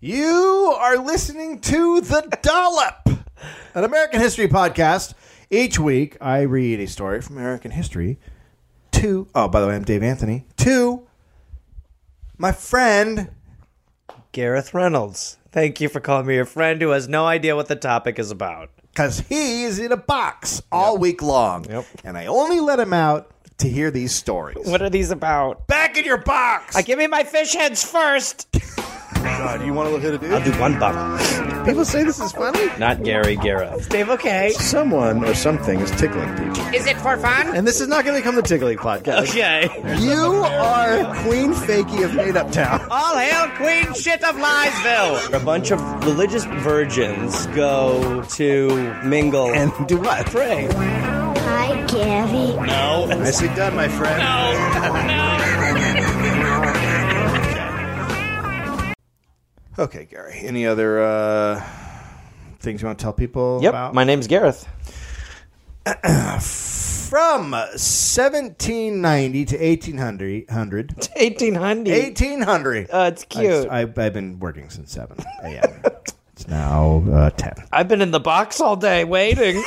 You are listening to The Dollop, an American history podcast. Each week, I read a story from American history to, oh, by the way, I'm Dave Anthony, to my friend. Gareth Reynolds. Thank you for calling me your friend who has no idea what the topic is about. Because he is in a box all week long. Yep. And I only let him out to hear these stories. What are these about? Back in your box! Give me my fish heads first. God, you want to hit a dude? I'll do one bottle. People say this is funny. Not Gary Gareth. Dave, okay. Someone or something is tickling people. Is it for fun? And this is not going to become the tickling podcast. Okay. You are Queen Fakey of Made Up Town. All hail Queen Shit of Liesville. A bunch of religious virgins go to mingle. And do what? Pray. Hi, Gary. no. Nicely done, my friend. Okay, Gary. Any other uh, things you want to tell people Yep. about? My name's Gareth. From 1790 to 1800. 100, 1800. 1800. Uh, it's I, cute. I, have been working since 7 a.m. it's now uh, 10. I've been in the box all day waiting.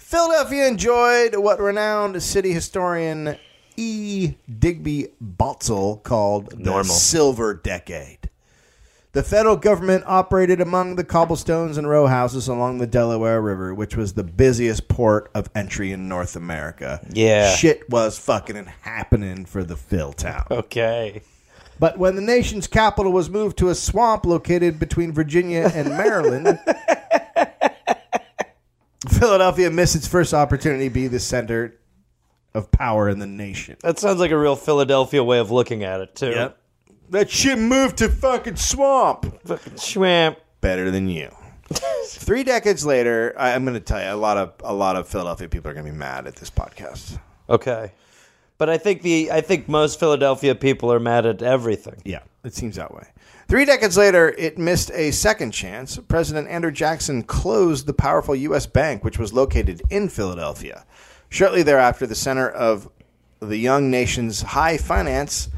Philadelphia enjoyed what renowned city historian E. Digby Baltzel called the Normal. Silver Decade. The federal government operated among the cobblestones and row houses along the Delaware River, which was the busiest port of entry in North America. Yeah. Shit was fucking happening for the Phil town. okay. But when the nation's capital was moved to a swamp located between Virginia and Maryland, Philadelphia missed its first opportunity to be the center of power in the nation. That sounds like a real Philadelphia way of looking at it, too. That shit moved to fucking swamp. Fucking Schwamp. Better than you. Three decades later, I, I'm going to tell you a lot of a lot of Philadelphia people are going to be mad at this podcast. Okay. But I think the I think most Philadelphia people are mad at everything. Yeah, it seems that way. Three decades later, it missed a second chance. President Andrew Jackson closed the powerful U.S. bank, which was located in Philadelphia. Shortly thereafter, the center of the young nation's high finance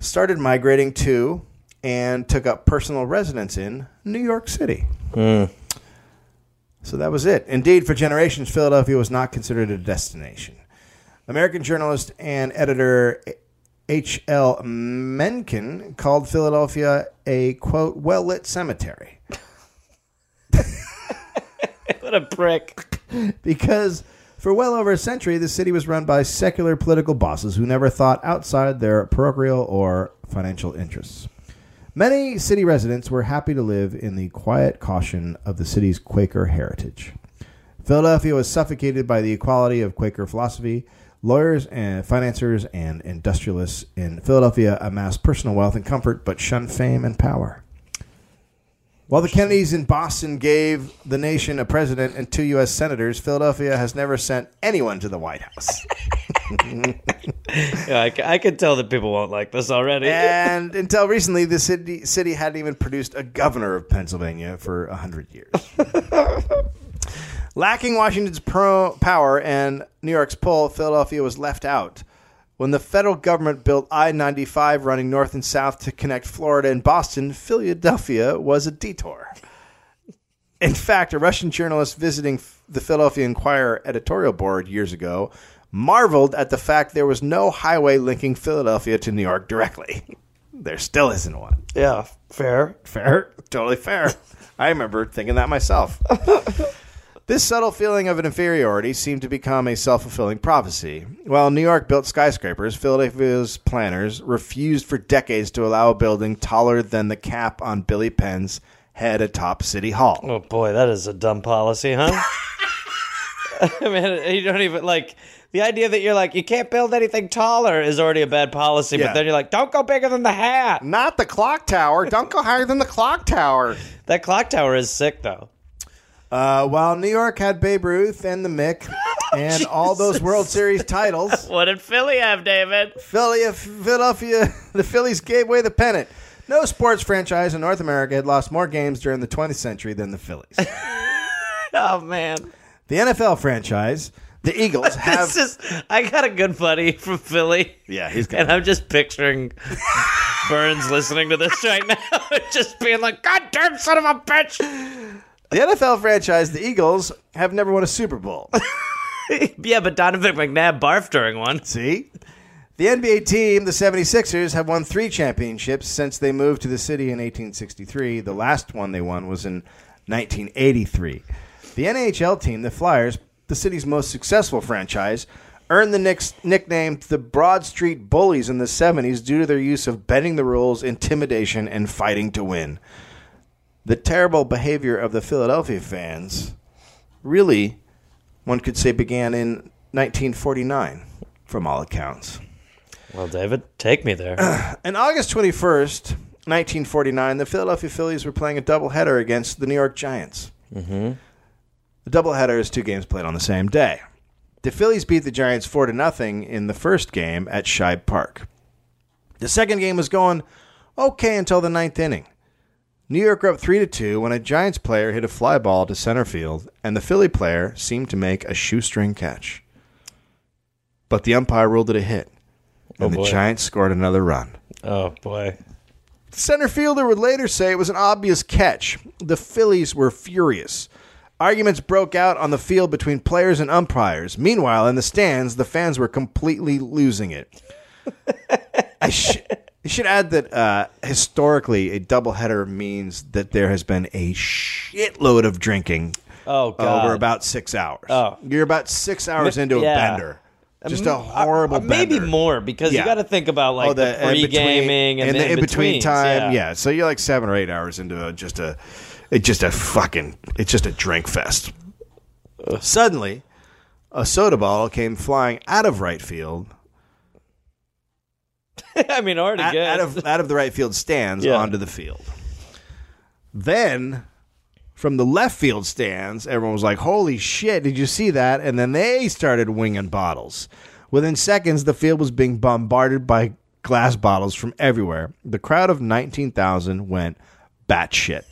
started migrating to and took up personal residence in New York City. So that was it. Indeed, for generations, Philadelphia was not considered a destination. American journalist and editor H.L. Mencken called Philadelphia a, quote, well lit cemetery What a prick. because for well over a century, the city was run by secular political bosses who never thought outside their parochial or financial interests. Many city residents were happy to live in the quiet caution of the city's Quaker heritage. Philadelphia was suffocated by the equality of Quaker philosophy. Lawyers and financiers and industrialists in Philadelphia amassed personal wealth and comfort, but shunned fame and power. While the Kennedys in Boston gave the nation a president and two U.S. senators, Philadelphia has never sent anyone to the White House. Yeah, I, c- I could tell that people won't like this already. and until recently, the city, city hadn't even produced a governor of Pennsylvania for 100 years. Lacking Washington's pro- power and New York's pull, Philadelphia was left out. When the federal government built I 95 running north and south to connect Florida and Boston, Philadelphia was a detour. In fact, a Russian journalist visiting f- the Philadelphia Inquirer editorial board years ago marveled at the fact there was no highway linking Philadelphia to New York directly. There still isn't one. yeah, fair. Fair? Totally fair. I remember thinking that myself. this subtle feeling of an inferiority seemed to become a self fulfilling prophecy. While New York built skyscrapers, Philadelphia's planners refused for decades to allow a building taller than the cap on Billy Penn's head atop City Hall. Oh boy, that is a dumb policy, huh? I mean, you don't even like the idea that you're like you can't build anything taller is already a bad policy. Yeah. But then you're like, don't go bigger than the hat. Not the clock tower. Don't go higher than the clock tower. That clock tower is sick though. Uh, while New York had Babe Ruth and the Mick and all those World Series titles, What did Philly have, David? Philly, Philadelphia, the Phillies gave away the pennant. No sports franchise in North America had lost more games during the 20th century than the Phillies. Oh man, The NFL franchise, the Eagles, have. this is. I got a good buddy from Philly. yeah, he's And I'm just picturing Burns listening to this right now, just being like, "Goddamn son of a bitch!" The NFL franchise, the Eagles, have never won a Super Bowl. yeah, but Donovan McNabb barfed during one. See? The NBA team, the 76ers, have won three championships since they moved to the city in 1863. The last one they won was in 1983. The NHL team, the Flyers, the city's most successful franchise, earned the Knicks nickname the Broad Street Bullies in the 70s due to their use of bending the rules, intimidation, and fighting to win. The terrible behavior of the Philadelphia fans really one could say began in 1949 from all accounts. Well, David, take me there. On August 21st, 1949, the Philadelphia Phillies were playing a doubleheader against the New York Giants. Mm-hmm. The doubleheader is two games played on the same day. The Phillies beat the Giants 4 to nothing in the first game at Shibe Park. The second game was going okay until the ninth inning. New York were up 3 to 2 when a Giants player hit a fly ball to center field, and the Philly player seemed to make a shoestring catch. But the umpire ruled it a hit, and the boy. Giants scored another run. oh boy. Center fielder would later say it was an obvious catch. The Phillies were furious. Arguments broke out on the field between players and umpires. Meanwhile, in the stands, the fans were completely losing it. I sh- I should add that uh, historically, a doubleheader means that there has been a shitload of drinking Oh god. over about six hours. Oh. You're about six hours into a yeah. bender. Just a horrible Or Uh, maybe bender. more because Yeah. you got to think about like Oh, the, pre gaming and, the, in in-between between time. Yeah. so you're like seven or eight hours into a, just a, it's just a fucking, it's just a drink fest. Suddenly, a soda bottle came flying out of right field, I mean, already out, good. out of out of the right field stands Yeah. onto the field. Then. From the left field stands, everyone was like, "Holy shit! Did you see that?" And then they started winging bottles. Within seconds, the field was being bombarded by glass bottles from everywhere. The crowd of nineteen thousand went batshit.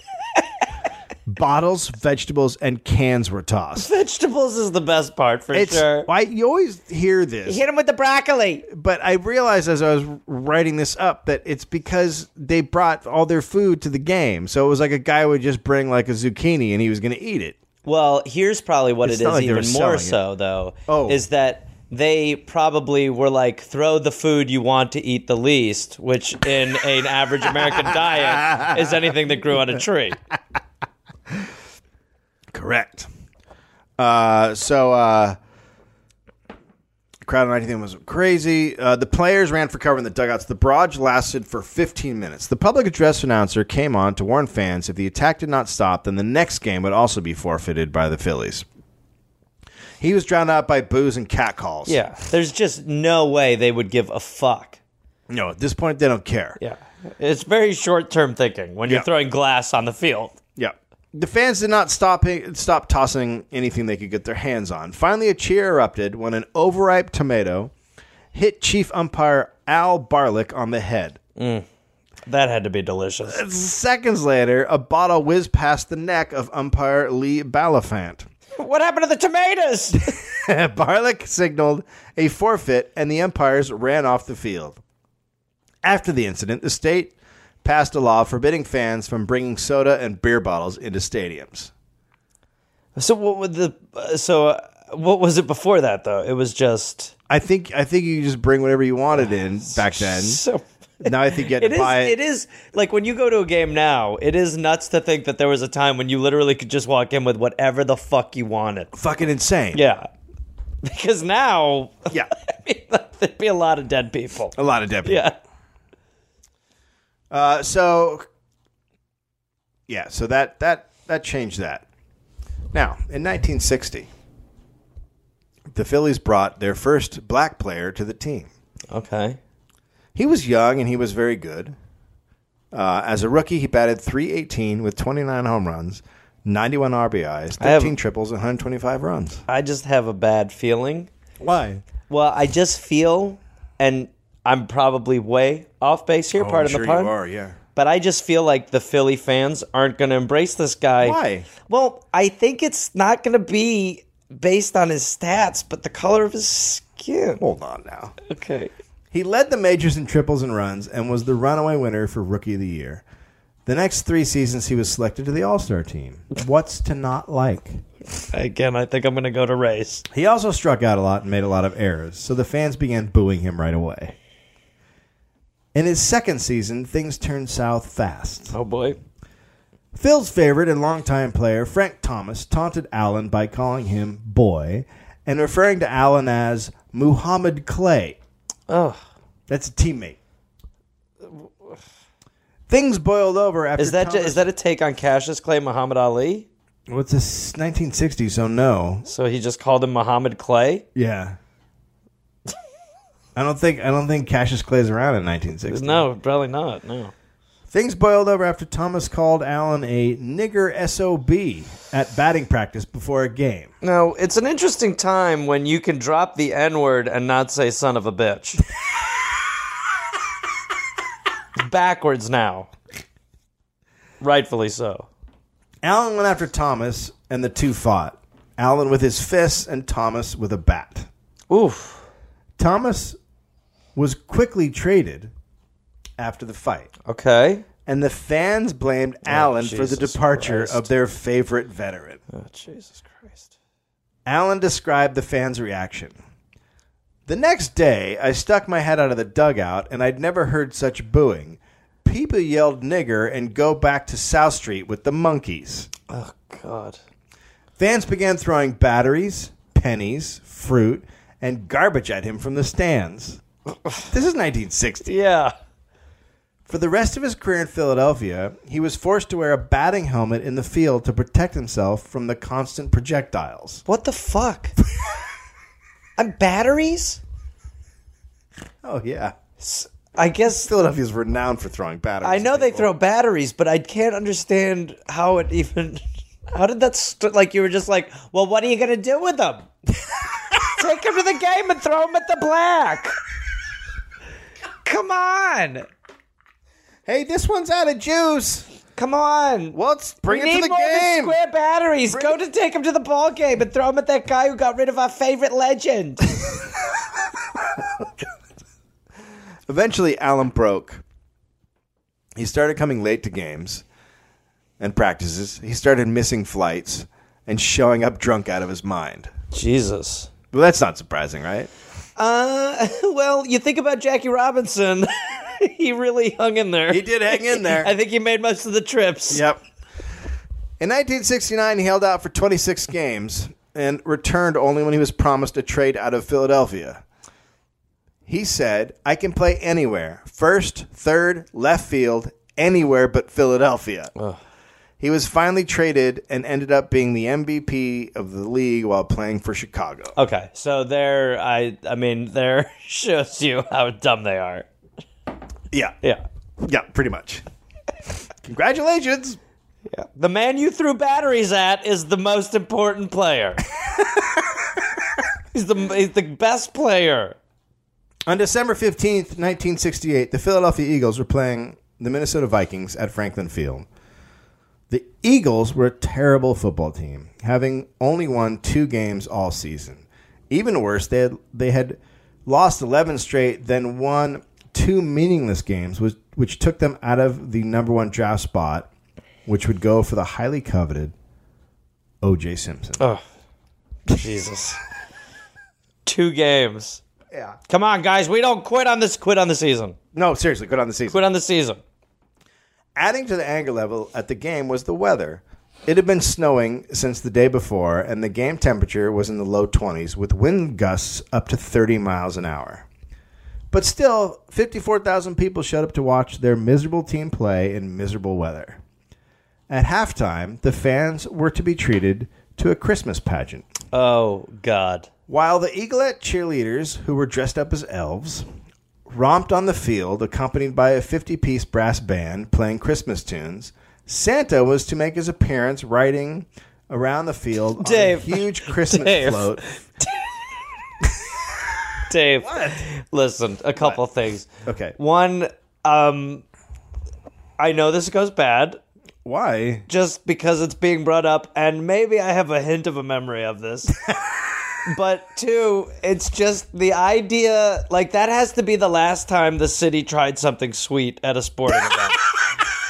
bottles, vegetables, and cans were tossed. Vegetables is the best part for It's sure. why you always hear this him with the broccoli. but I realized as I was writing this up that it's because they brought all their food to the game. So it was like a guy would just bring like a zucchini and he was going to eat it. Well, here's probably what It's it not is like they were even more selling so though. Oh. Is that they probably were like throw the food you want to eat the least, which in an average American diet is anything that grew on a tree. Correct. Uh, so uh, crowd on 19 was crazy. Uh, the players ran for cover in the dugouts. The barrage lasted for 15 minutes. The public address announcer came on to warn fans if the attack did not stop, then the next game would also be forfeited by the Phillies. He was drowned out by boos and catcalls. Yeah. There's just no way they would give a fuck. No, at this point, they don't care. Yeah. It's very short term thinking when Yeah. you're throwing glass on the field. Yeah. The fans did not stop stop tossing anything they could get their hands on. Finally, a cheer erupted when an overripe tomato hit Chief Umpire Al Barlick on the head. That had to be delicious. Seconds later, a bottle whizzed past the neck of umpire Lee Balafant. What happened to the tomatoes? Barlick signaled a forfeit, and the umpires ran off the field. After the incident, the state passed a law forbidding fans from bringing soda and beer bottles into stadiums. so what would the uh, so uh, what was it before that though? It was just I think I think you just bring whatever you wanted in back then. so Now I think you had it to is buy it. it is like when you go to a game now, it is nuts to think that there was a time when you literally could just walk in with whatever the fuck you wanted. Fucking insane. Yeah. Because now yeah. there'd be a lot of dead people. A lot of deputies. Yeah. Uh, so yeah, so that that that changed that. Now in 1960, the Phillies brought their first black player to the team. Okay. He was young and he was very good. Uh, as a rookie, he batted 318 with 29 home runs, 91 RBIs, 13 have- triples, and 125 runs. I just have a bad feeling Why? Well, I just feel, and I'm probably way off base Oh, here. pardon the pun. yeah. But I just feel like the Philly fans aren't going to embrace this guy. Why? Well, I think it's not going to be based on his stats, but the color of his skin. Hold on now. Okay. He led the majors in triples and runs and was the runaway winner for Rookie of the Year. The next three seasons, he was selected to the All Star team. What's to not like? Again, I think I'm going to go to race. He also struck out a lot and made a lot of errors, so the fans began booing him right away. In his second season, things turned south fast. Oh boy. Phil's favorite and longtime player, Frank Thomas, taunted Allen by calling him boy and referring to Allen as Muhammad Clay. Oh, That's a teammate. Things boiled over after. is that ju- Thomas, is that a take on Cassius Clay Muhammad Ali? What's this? 1960, so no. So he just called him Muhammad Clay? Yeah. I don't think I don't think Cassius Clay's around in 1960. No, probably not. No. Things boiled over after Thomas called Allen a nigger SOB at batting practice before a game. No, it's an interesting time when you can drop the N word and not say son of a bitch. It's Backwards now. Rightfully so. Allen went after Thomas, and the two fought. Allen with his fists and Thomas with a bat. Oof. Thomas was quickly traded after the fight, Okay. and the fans blamed Allen for the Oh, Jesus departure Christ. of their favorite veteran. Oh, Jesus Christ. Allen described the fans' reaction. The next day, I stuck my head out of the dugout, and I'd never heard such booing. People yelled nigger and go back to South Street with the monkeys. Oh, God. Fans began throwing batteries, pennies, fruit, and garbage at him from the stands. This is 1960. Yeah. For the rest of his career in Philadelphia, he was forced to wear a batting helmet in the field to protect himself from the constant projectiles. What the fuck? I'm batteries? Oh, yeah. I guess Philadelphia's renowned for throwing batteries. I know at they people. throw batteries, but I can't understand how it even. How did that st- like you were just like, well, what are you gonna do with them? Take them to the game and throw them at the black. Come on, Hey, this one's out of juice. come on. Well, let's bring we it to need the more than game. square batteries. Go to take them to the ball game and throw them at that guy who got rid of our favorite legend. Eventually, Allen broke. He started coming late to games and practices. He started missing flights and showing up drunk out of his mind. Jesus. Well, that's not surprising, right? Uh, well, you think about Jackie Robinson. he really hung in there. He did hang in there. I think he made most of the trips. Yep. In 1969, he held out for 26 games and returned only when he was promised a trade out of Philadelphia. He said, I can play anywhere first, third, left field, anywhere but Philadelphia. He was finally traded and ended up being the MVP of the league while playing for Chicago. Okay, so there, I, I mean, there shows you how dumb they are. Yeah. Yeah, Yeah, pretty much. Congratulations. yeah. The man you threw batteries at is the most important player. he's the he's the best player. On December 15th, 1968, the Philadelphia Eagles were playing the Minnesota Vikings at Franklin Field. The Eagles were a terrible football team, having only won two games all season. Even worse, they had, they had lost 11 straight, then won two meaningless games, which, which took them out of the number one draft spot, which would go for the highly coveted O.J. Simpson. Oh, Jesus! Two games. Yeah. Come on, guys, we don't quit on this. Quit on the season. No, seriously, good on the season. Quit on the season. Adding to the anger level at the game was the weather. It had been snowing since the day before, and the game temperature was in the low 20s with wind gusts up to 30 miles an hour. But still, 54,000 people showed up to watch their miserable team play in miserable weather. At halftime, the fans were to be treated to a Christmas pageant. Oh God. While the Eaglet cheerleaders, who were dressed up as elves, romped on the field accompanied by a 50 piece brass band playing Christmas tunes, Santa was to make his appearance riding around the field Dave. on a huge Christmas Dave. float. Dave, listen, a couple things. Okay. One, um, I know this goes bad Why? just because it's being brought up, and maybe I have a hint of a memory of this. but two, it's just the idea like that has to be the last time the city tried something sweet at a sporting event.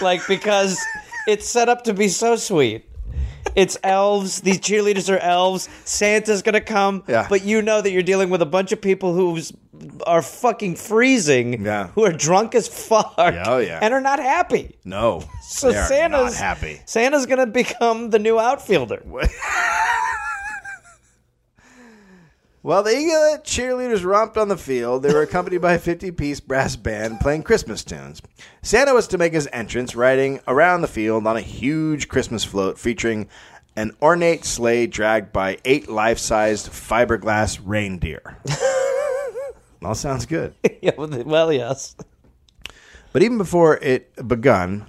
like because it's set up to be so sweet. It's elves. These cheerleaders are elves. Santa's gonna come, Yeah. but you know that you're dealing with a bunch of people who's are fucking freezing, Yeah. who are drunk as fuck, oh, yeah. and are not happy. No. So they are Santa's not happy. Santa's gonna become the new outfielder. While the Eaglet cheerleaders romped on the field, they were accompanied by a 50 piece brass band playing Christmas tunes. Santa was to make his entrance riding around the field on a huge Christmas float featuring an ornate sleigh dragged by eight life sized fiberglass reindeer. All sounds good. yeah, well, well, yes. But even before it begun,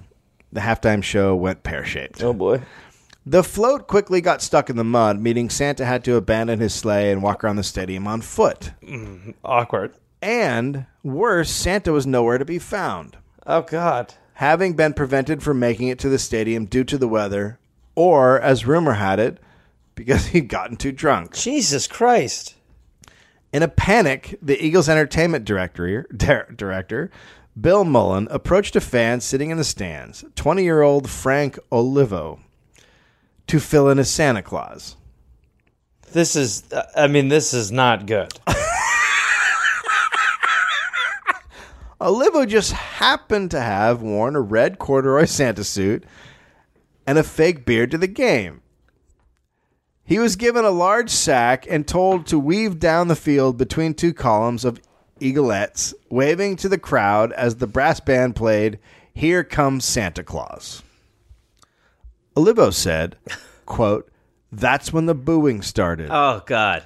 the halftime show went pear shaped. Oh boy. The float quickly got stuck in the mud, meaning Santa had to abandon his sleigh and walk around the stadium on foot. Awkward. And worse, Santa was nowhere to be found, Oh God. having been prevented from making it to the stadium due to the weather, or, as rumor had it, because he'd gotten too drunk. Jesus Christ. In a panic, the Eagles' entertainment director, dir- director Bill Mullen, approached a fan sitting in the stands, 20 year old Frank Olivo, to fill in as Santa Claus. This is. uh, I mean, this is not good. Olivo just happened to have worn a red corduroy Santa suit and a fake beard to the game. He was given a large sack and told to weave down the field between two columns of eaglets, waving to the crowd as the brass band played Here Comes Santa Claus. Olivo said, quote, That's when the booing started. Oh God.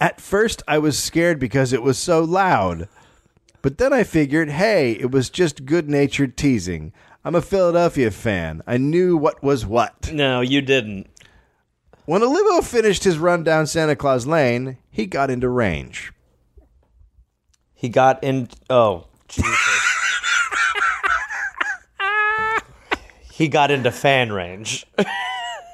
At first, I was scared because it was so loud. But then I figured, hey, it was just good natured teasing. I'm a Philadelphia fan. I knew what was what. No, you didn't. When Olivo finished his run down Santa Claus Lane, he got into range. He got in. Oh Jesus. he got into fan range.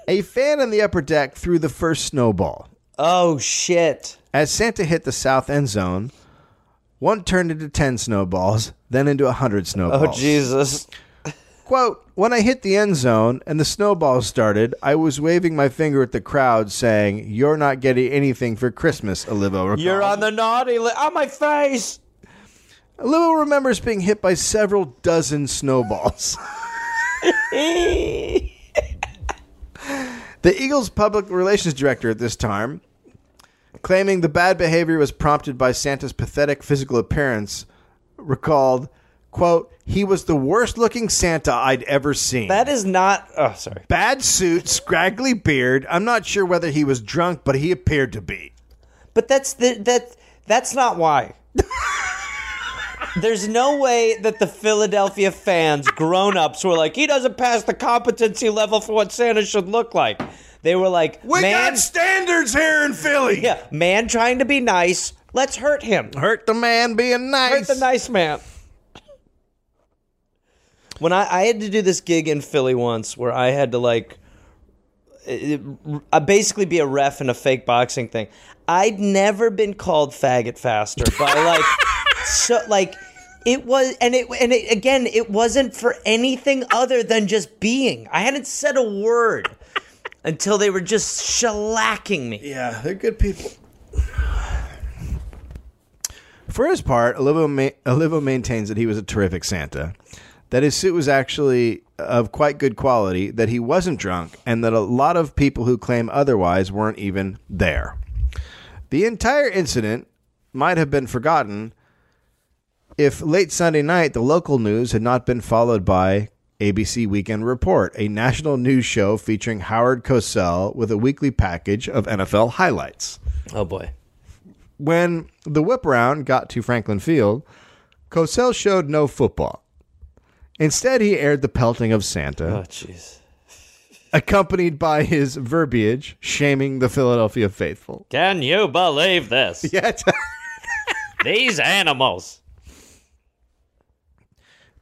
A fan on the upper deck threw the first snowball. Oh shit. As Santa hit the south end zone, one turned into 10 snowballs, then into 100 Oh snowballs. Jesus. Quote, when I hit the end zone and the snowballs started, I was waving my finger at the crowd saying, You're not getting anything for Christmas, Olivo recalled. You're on the naughty list. On my face. Olivo remembers being hit by several dozen snowballs. the Eagles' public relations director at this time, claiming the bad behavior was prompted by Santa's pathetic physical appearance, recalled, quote, he was the worst looking Santa I'd ever seen. That is not. Oh sorry. Bad suit, scraggly beard. I'm not sure whether he was drunk, but he appeared to be. But that's the, that that's not why. There's no way that the Philadelphia fans, grown-ups, were like, he doesn't pass the competency level for what Santa should look like. They were like, man, standards here in Philly. yeah, man trying to be nice. Let's hurt him. Hurt the man being Hurt nice. the nice man. When I, I had to do this gig in Philly once where I had to like it- uh, basically be a ref in a fake boxing thing. I'd never been called faggot faster by like so like it was and it and it, again it wasn't for anything other than just being. I hadn't said a word until they were just shellacking me. Yeah, they're good people. For his part, Olivo, ma- Olivo maintains that he was a terrific Santa, that his suit was actually of quite good quality, that he wasn't drunk, and that a lot of people who claim otherwise weren't even there. The entire incident might have been forgotten if late Sunday night the local news had not been followed by ABC Weekend Report, a national news show featuring Howard Cosell with a weekly package of NFL highlights. Oh boy. When the whip round got to Franklin Field, Cosell showed no football. Instead, he aired the pelting of Santa, Oh jeez. accompanied by his verbiage shaming the Philadelphia faithful. Can you believe this? Yeah, These animals.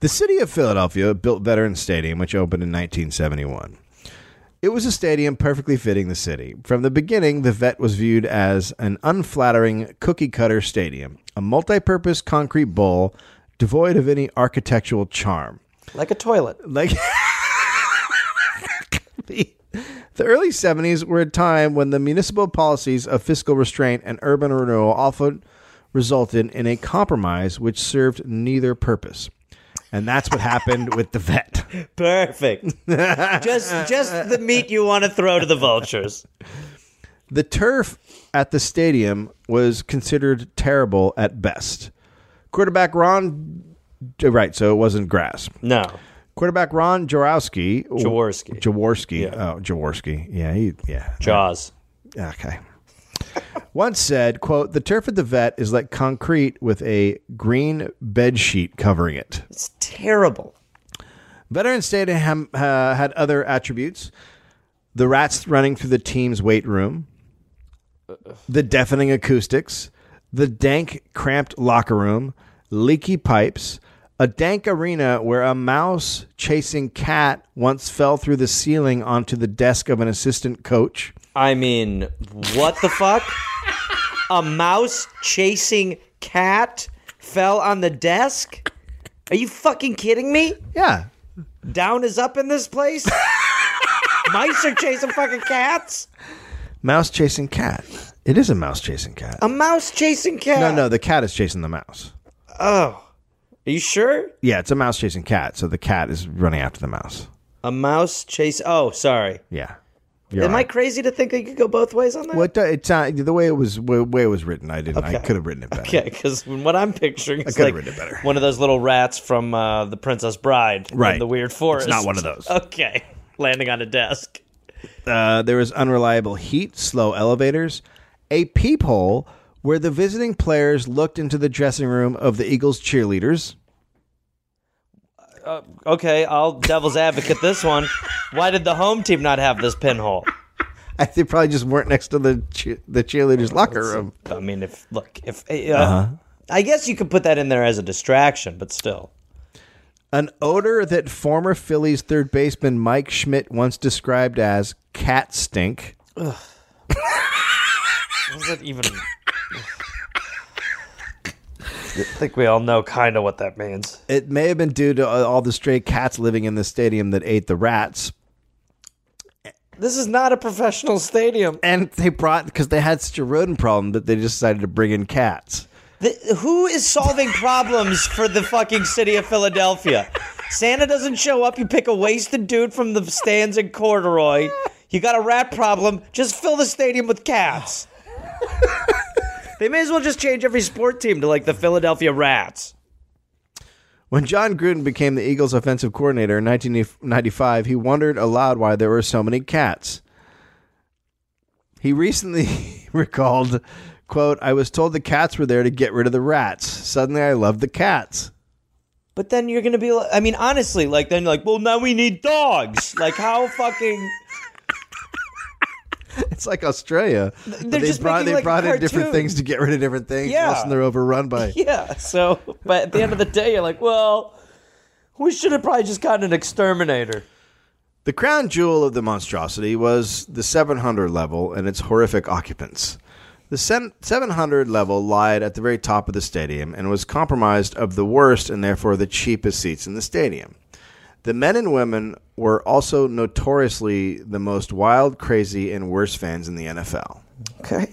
The city of Philadelphia built Veterans Stadium, which opened in 1971. It was a stadium perfectly fitting the city. From the beginning, the vet was viewed as an unflattering cookie cutter stadium, a multi purpose concrete bowl devoid of any architectural charm. like a toilet. Like the, the early 70s were a time when the municipal policies of fiscal restraint and urban renewal often resulted in a compromise which served neither purpose. And that's what happened with the vet. Perfect. just just the meat you want to throw to the vultures. The turf at the stadium was considered terrible at best. Quarterback Ron, uh, right? So it wasn't grass. No. Quarterback Ron Jaworski. Jaworski. Jaworski. Oh, Jaworski. Yeah, he, yeah. Jaws. Okay. Once said, "quote The turf at the vet is like concrete with a green bed sheet covering it." It's terrible. Veteran Stadium uh, had other attributes: the rats running through the team's weight room, the deafening acoustics, the dank, cramped locker room, leaky pipes, a dank arena where a mouse chasing cat once fell through the ceiling onto the desk of an assistant coach. I mean, what the fuck? A mouse chasing cat fell on the desk? Are you fucking kidding me? Yeah, Down is up in this place? Mice are chasing fucking cats? mouse chasing cat. It is a mouse chasing cat. A mouse chasing cat? no, no, the cat is chasing the mouse. Oh. Are you sure? Yeah, it's a mouse chasing cat. So the cat is running after the mouse. A mouse chase. Oh, sorry. Yeah. You're Am I right. crazy to think that you could go both ways on that? Well, it, it, uh, the way it was the way it was written, I didn't. I Okay. could have written it better. Yeah, because what I'm picturing is could've like written it better. one of those little rats from uh, the Princess Bride, in Right. the weird forest. not one of those. Okay, landing on a desk. Uh, there was unreliable heat, slow elevators, a peephole where the visiting players looked into the dressing room of the Eagles cheerleaders. Okay, I'll devil's advocate this one. Why did the home team not have this pinhole? I, they probably just weren't next to the cheer, the Oh, cheerleaders' locker room. I mean, if look, if uh, Uh-huh. I guess you could put that in there as a distraction, but still, An odor that former Phillies third baseman Mike Schmidt once described as cat stink. was it even? I think we all know kind of what that means. It may have been due to uh, all the stray cats living in the stadium that ate the rats, This is not a professional stadium. and they brought because they had such a rodent problem that they decided to bring in cats. The, who is solving problems for the fucking city of Philadelphia? Santa doesn't show up. You pick a wasted dude from the stands in corduroy. You got a rat problem. Just fill the stadium with cats. they may as well just change every sport team to like the Philadelphia Rats. When John Gruden became the Eagles' offensive coordinator in 1995, he wondered aloud why there were so many cats. He recently recalled, "quote I was told the cats were there to get rid of the rats. Suddenly, I loved the cats." But then you're gonna be. like, I mean, honestly, like then you're like, well, now we need dogs. Like how fucking. It's like Australia. But They're they just brought making, they like, a brought in different cartoon. things to get rid of different things. Yeah. else they're overrun by. Yeah. So, but at the end of the day, you're like, well, we should have probably just gotten an exterminator. The crown jewel of the monstrosity was the 700 level and its horrific occupants. The sen- 700 level lied at the very top of the stadium and was comprised of the worst and therefore the cheapest seats in the stadium. The men and women were also notoriously the most wild, crazy, and worst fans in the NFL. Okay.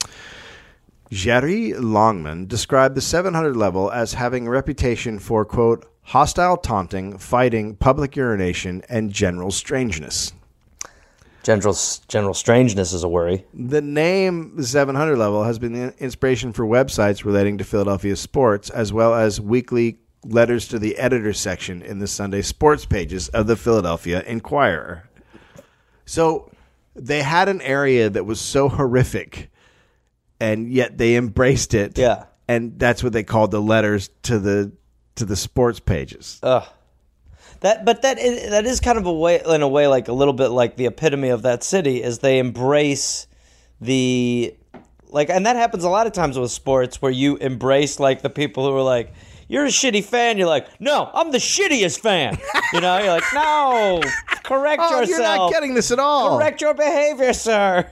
Jerry Longman described the 700 level as having a reputation for, quote, hostile taunting, fighting, public urination, and general strangeness. General general strangeness is a worry. The name the 700 level has been the inspiration for websites relating to Philadelphia sports, as well as weekly letters to the editor section in the Sunday sports pages of the Philadelphia Inquirer. So they had an area that was so horrific, and yet they embraced it. Yeah. and that's what they called the letters to the to the sports pages. That but that is, that is kind of a way in a way like a little bit like the epitome of that city is they embrace the like and that happens a lot of times with sports where you embrace like the people who are like you're a shitty fan you're like no I'm the shittiest fan you know you're like no Correct Oh, yourself. you're not getting this at all. Correct your behavior, sir.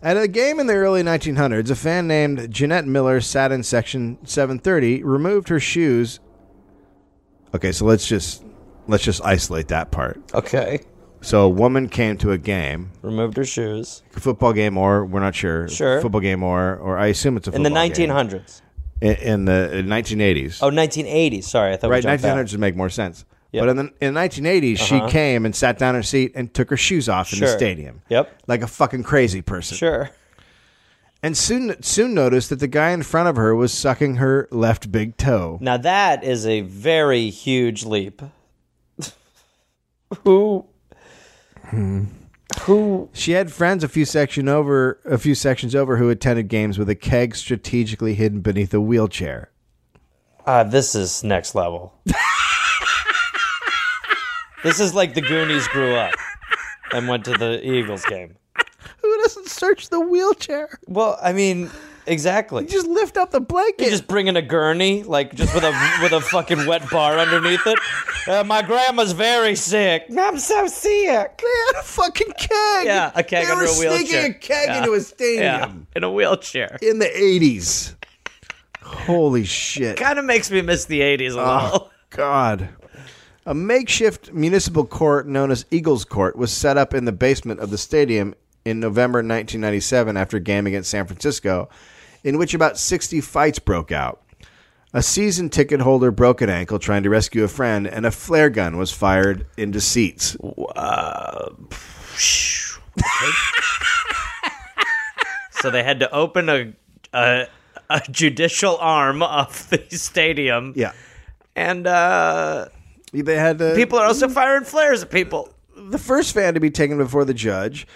At a game in the early 1900s, a fan named Jeanette Miller sat in section 730, removed her shoes. Okay, so let's just let's just isolate that part. Okay. So a woman came to a game, Removed her shoes football game or we're not sure, Sure. football game or or I assume it's a in the football 1900s. game. in, in the in 1980s. Oh, 1980s. Sorry, I thought we right, jumped back. 1900s would make more sense. Yeah. But in the in 1980s, she came and sat down in her seat and took her shoes off in the Sure. stadium. Yep. like a fucking crazy person. Sure. and soon soon noticed that the guy in front of her was sucking her left big toe. Now that is a very huge leap. Who? Who? She had friends a few section over a few sections over who attended games with a keg strategically hidden beneath a wheelchair. Uh, this is next level. this is like the Goonies grew up and went to the Eagles game. Who doesn't search the wheelchair? Well, I mean, exactly. Just lift up the blanket. You're just bringing a gurney, like just with a with a fucking wet bar underneath it. Uh, my grandma's very sick. I'm so sick. They had a fucking keg. Yeah, a keg they under were a wheelchair. sneaking a keg Yeah. into a stadium in a wheelchair. in the eighties. Holy shit! Kind of makes me miss the '80s a little. God. A makeshift municipal court known as Eagles Court was set up in the basement of the stadium in November 1997 after a game against San Francisco, in which about 60 fights broke out. A season ticket holder broke an ankle trying to rescue a friend, and a flare gun was fired into seats. So they had to open a a, a judicial arm of the stadium. Yeah. and uh, They had uh, people are also firing flares at people. the first fan to be taken before the judge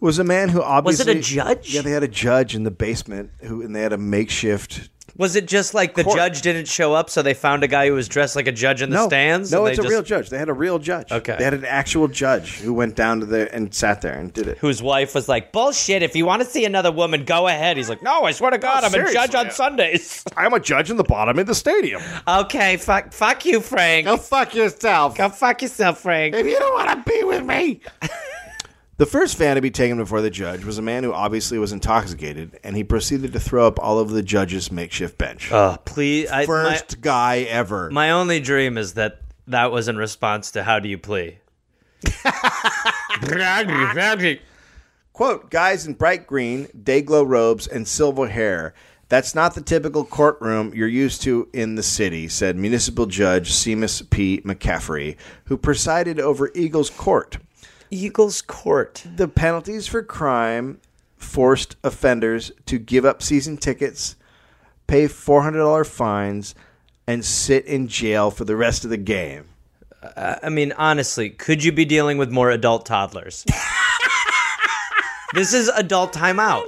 was a man who Was it obviously a judge? Yeah, they had a judge in the basement who, and they had a makeshift Was it just like the Court. judge didn't show up, so they found a guy who was dressed like a judge in the stands? Oh, No, and it's a they just- real judge. They had a real judge. Okay. They had an actual judge who went down to there and sat there and did it. Whose wife was like, "Bullshit! If you want to see another woman, go ahead." He's like, "No, I swear to God, I'm a seriously, judge on yeah. Sundays." I'm a judge in the bottom of the stadium. okay, fuck, fuck you, Frank. Go fuck yourself. Go fuck yourself, Frank. If you don't want to be with me. the first fan to be taken before the judge was a man who obviously was intoxicated, and he proceeded to throw up all of the judge's makeshift bench. Uh, please, I, my, First guy ever. my only dream is that that was in response to "How do you plea?" Quote, guys in bright green, day glow robes, and silver hair. That's not the typical courtroom you're used to in the city, said Municipal Judge Seamus P. McCaffrey, who presided over Eagles Court. Eagles Court. The penalties for crime forced offenders to give up season tickets, pay $400 fines, and sit in jail for the rest of the game. I mean, honestly, could you be dealing with more adult toddlers? this is adult timeout.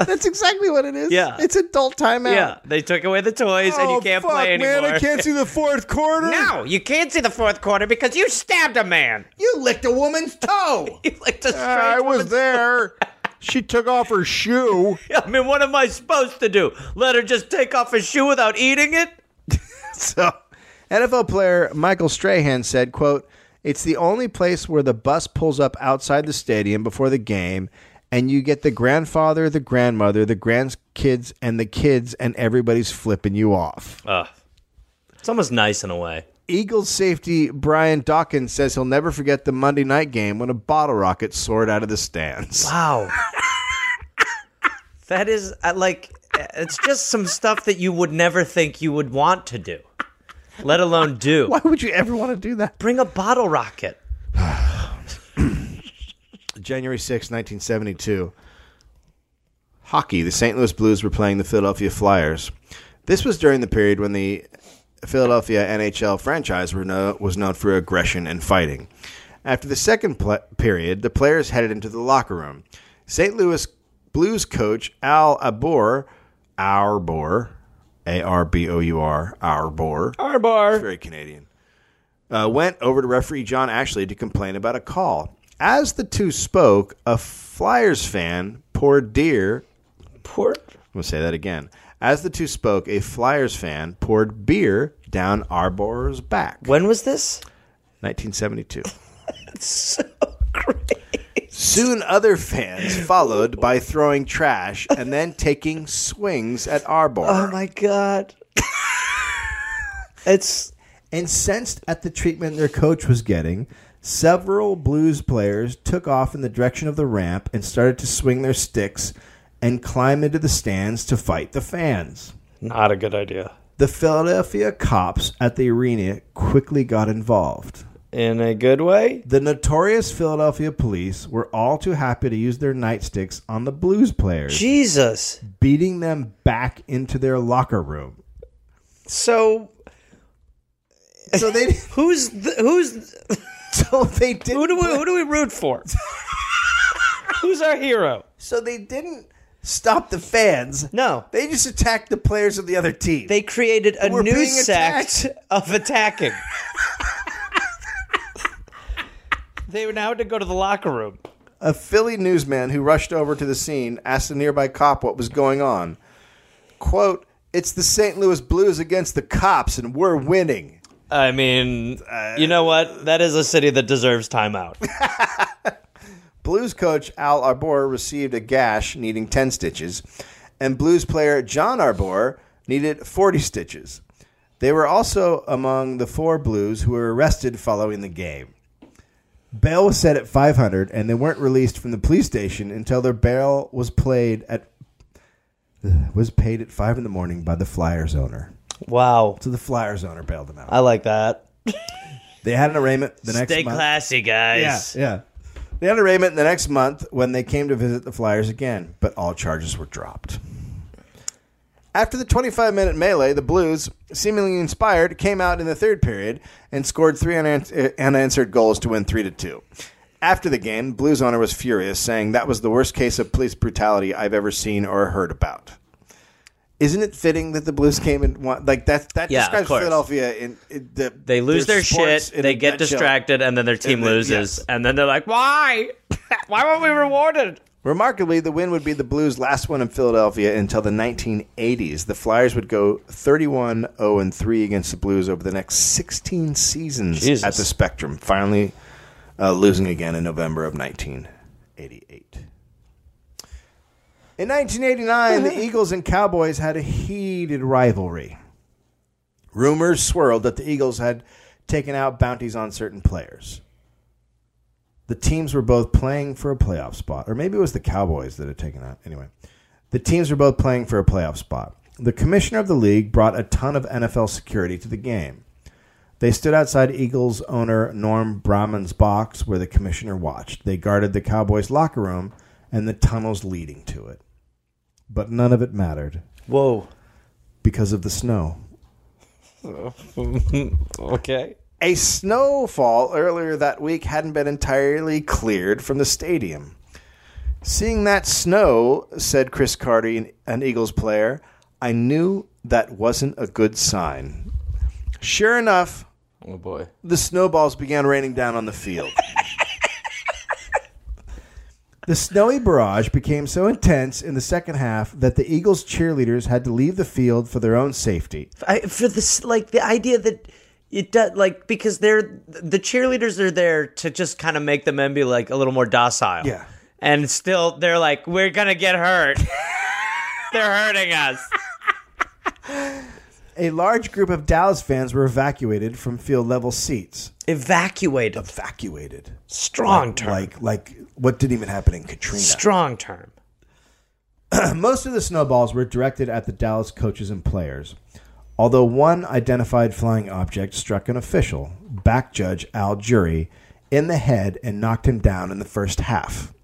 That's exactly what it is. Yeah. It's adult timeout. Oh, Yeah, they took away the toys and you can't play anymore. see the fourth quarter. No, you can't see the fourth quarter because you stabbed a man. You licked a woman's toe. You like to I was there. She took off her shoe. I mean, what am I supposed to do? Let her just take off her shoe without eating it? So, NFL player Michael Strahan said, "quote It's the only place where the bus pulls up outside the stadium before the game, and you get the grandfather, the grandmother, the grandkids, and the kids, and everybody's flipping you off." Ugh. It's almost nice in a way. Eagles safety Brian Dawkins says he'll never forget the Monday night game when a bottle rocket soared out of the stands. Wow. that is uh, like it's just some stuff that you would never think you would want to do, let alone do. Why would you ever want to do that? Bring a bottle rocket. January sixth, 1972. Hockey. The St. Louis Blues were playing the Philadelphia Flyers. This was during the period when the Philadelphia NHL franchise were kno- was known for aggression and fighting. After the second pl- period, the players headed into the locker room. St. Louis Blues coach Al Arbor, Arbor, A R B O U R, Arbor, Arbar. very Canadian, uh, went over to referee John Ashley to complain about a call. As the two spoke, a Flyers fan, poor dear, Port. I'm going to say that again. As the two spoke, a Flyers fan poured beer down Arbor's back. When was this? 1972. So great. Soon other fans followed by throwing trash and then taking swings at Arbor. Oh my god. it's Incensed at the treatment their coach was getting, several blues players took off in the direction of the ramp and started to swing their sticks and climb into the stands to fight the fans. not a good idea. The Philadelphia cops at the arena quickly got involved. In a good way? The notorious Philadelphia police were all too happy to use their nightsticks on the blues players, Jesus. beating them back into their locker room. So So they who's the, who's so they did who do we who do we root for? who's our hero? So they didn't stop the fans. No. They just attacked the players of the other team. They created a We're new being sect of attacking. they now had to go to the locker room. a Philly newsman who rushed over to the scene asked a nearby cop what was going on. Quote, It's the St. Louis Blues against the cops, and we're winning. I mean, you know what? That is a city that deserves timeout. Blues coach Al Arbor received a gash needing 10 stitches, and Blues player John Arbor needed 40 stitches. They were also among the four Blues who were arrested following the game. Bail was set at 500, and they weren't released from the police station until their bail was played at was paid at five in the morning by the Flyers owner. wow. So the Flyers owner bailed them out. I like that. They had an arraignment the next Stay month. classy, guys. Yeah. They had an arraignment the next month when they came to visit the Flyers again, but all charges were dropped. After the 25 minute melee, the Blues, seemingly inspired, came out in the third period and scored three unans- uh, unanswered goals to win 3 to 2. After the game, Blues owner was furious, saying that was the worst case of police brutality I've ever seen or heard about. Isn't it fitting that the Blues came and won? Like that, that Yeah, of describes course. Philadelphia in, in the, They lose their, sports shit, in they a get nutshell. distracted, and then their team And then- loses. yes. And then they're like, why? why weren't we rewarded? Remarkably, the win would be the Blues' last one in Philadelphia until the 1980s. The Flyers would go 31 0 3 against the Blues over the next 16 seasons Jesus. at the Spectrum, finally uh, losing again in November of 1988. In 1989, the Eagles and Cowboys had a heated rivalry. Rumors swirled that the Eagles had taken out bounties on certain players the teams were both playing for a playoff spot, or maybe it was the Cowboys that had taken out. Anyway, the teams were both playing for a playoff spot. The commissioner of the league brought a ton of NFL security to the game. They stood outside Eagles owner Norm Brahman's box where the commissioner watched. They guarded the Cowboys' locker room and the tunnels leading to it. But none of it mattered Whoa. because of the snow. Okay. A snowfall earlier that week hadn't been entirely cleared from the stadium. Seeing that snow, said Chris Carty, an- an Eagles player, I knew that wasn't a good sign. Sure enough, Oh, boy. the snowballs began raining down on the field. the snowy barrage became so intense in the second half that the Eagles cheerleaders had to leave the field for their own safety. I, for this, like, the idea that it does, like, because they're, the cheerleaders are there to just kind of make the men be, like, a little more docile. Yeah. And still, they're like, we're going to get hurt. they're hurting us. A large group of Dallas fans were evacuated from field level seats. Evacuate. evacuated. Strong term. Like like what didn't even happen in Katrina. Strong term. Most of the snowballs were directed at the Dallas coaches and players. Although one identified flying object struck an official, back judge Al Jury, in the head and knocked him down in the first half.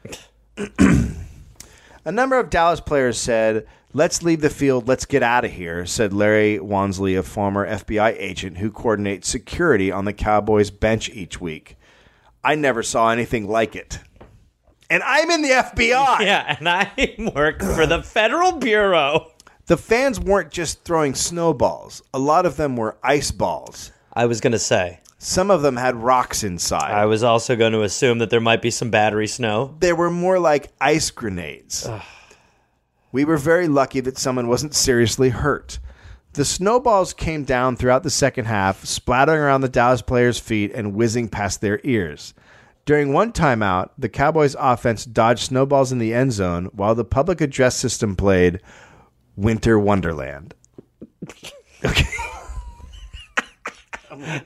a number of Dallas players said, Let's leave the field, let's get out of here, said Larry Wansley, a former FBI agent who coordinates security on the Cowboys bench each week. I never saw anything like it. And I'm in the FBI. Yeah, and I work for the Federal Bureau. The fans weren't just throwing snowballs. A lot of them were ice balls. I was going to say, Some of them had rocks I inside. was also going to assume that there might be some battery snow. They were more like ice grenades. we were very lucky that someone wasn't seriously hurt. The snowballs came down throughout the second half, splattering around the Dallas players' feet and whizzing past their ears. During one timeout, the Cowboys' offense dodged snowballs in the end zone while the public address system played Winter Wonderland.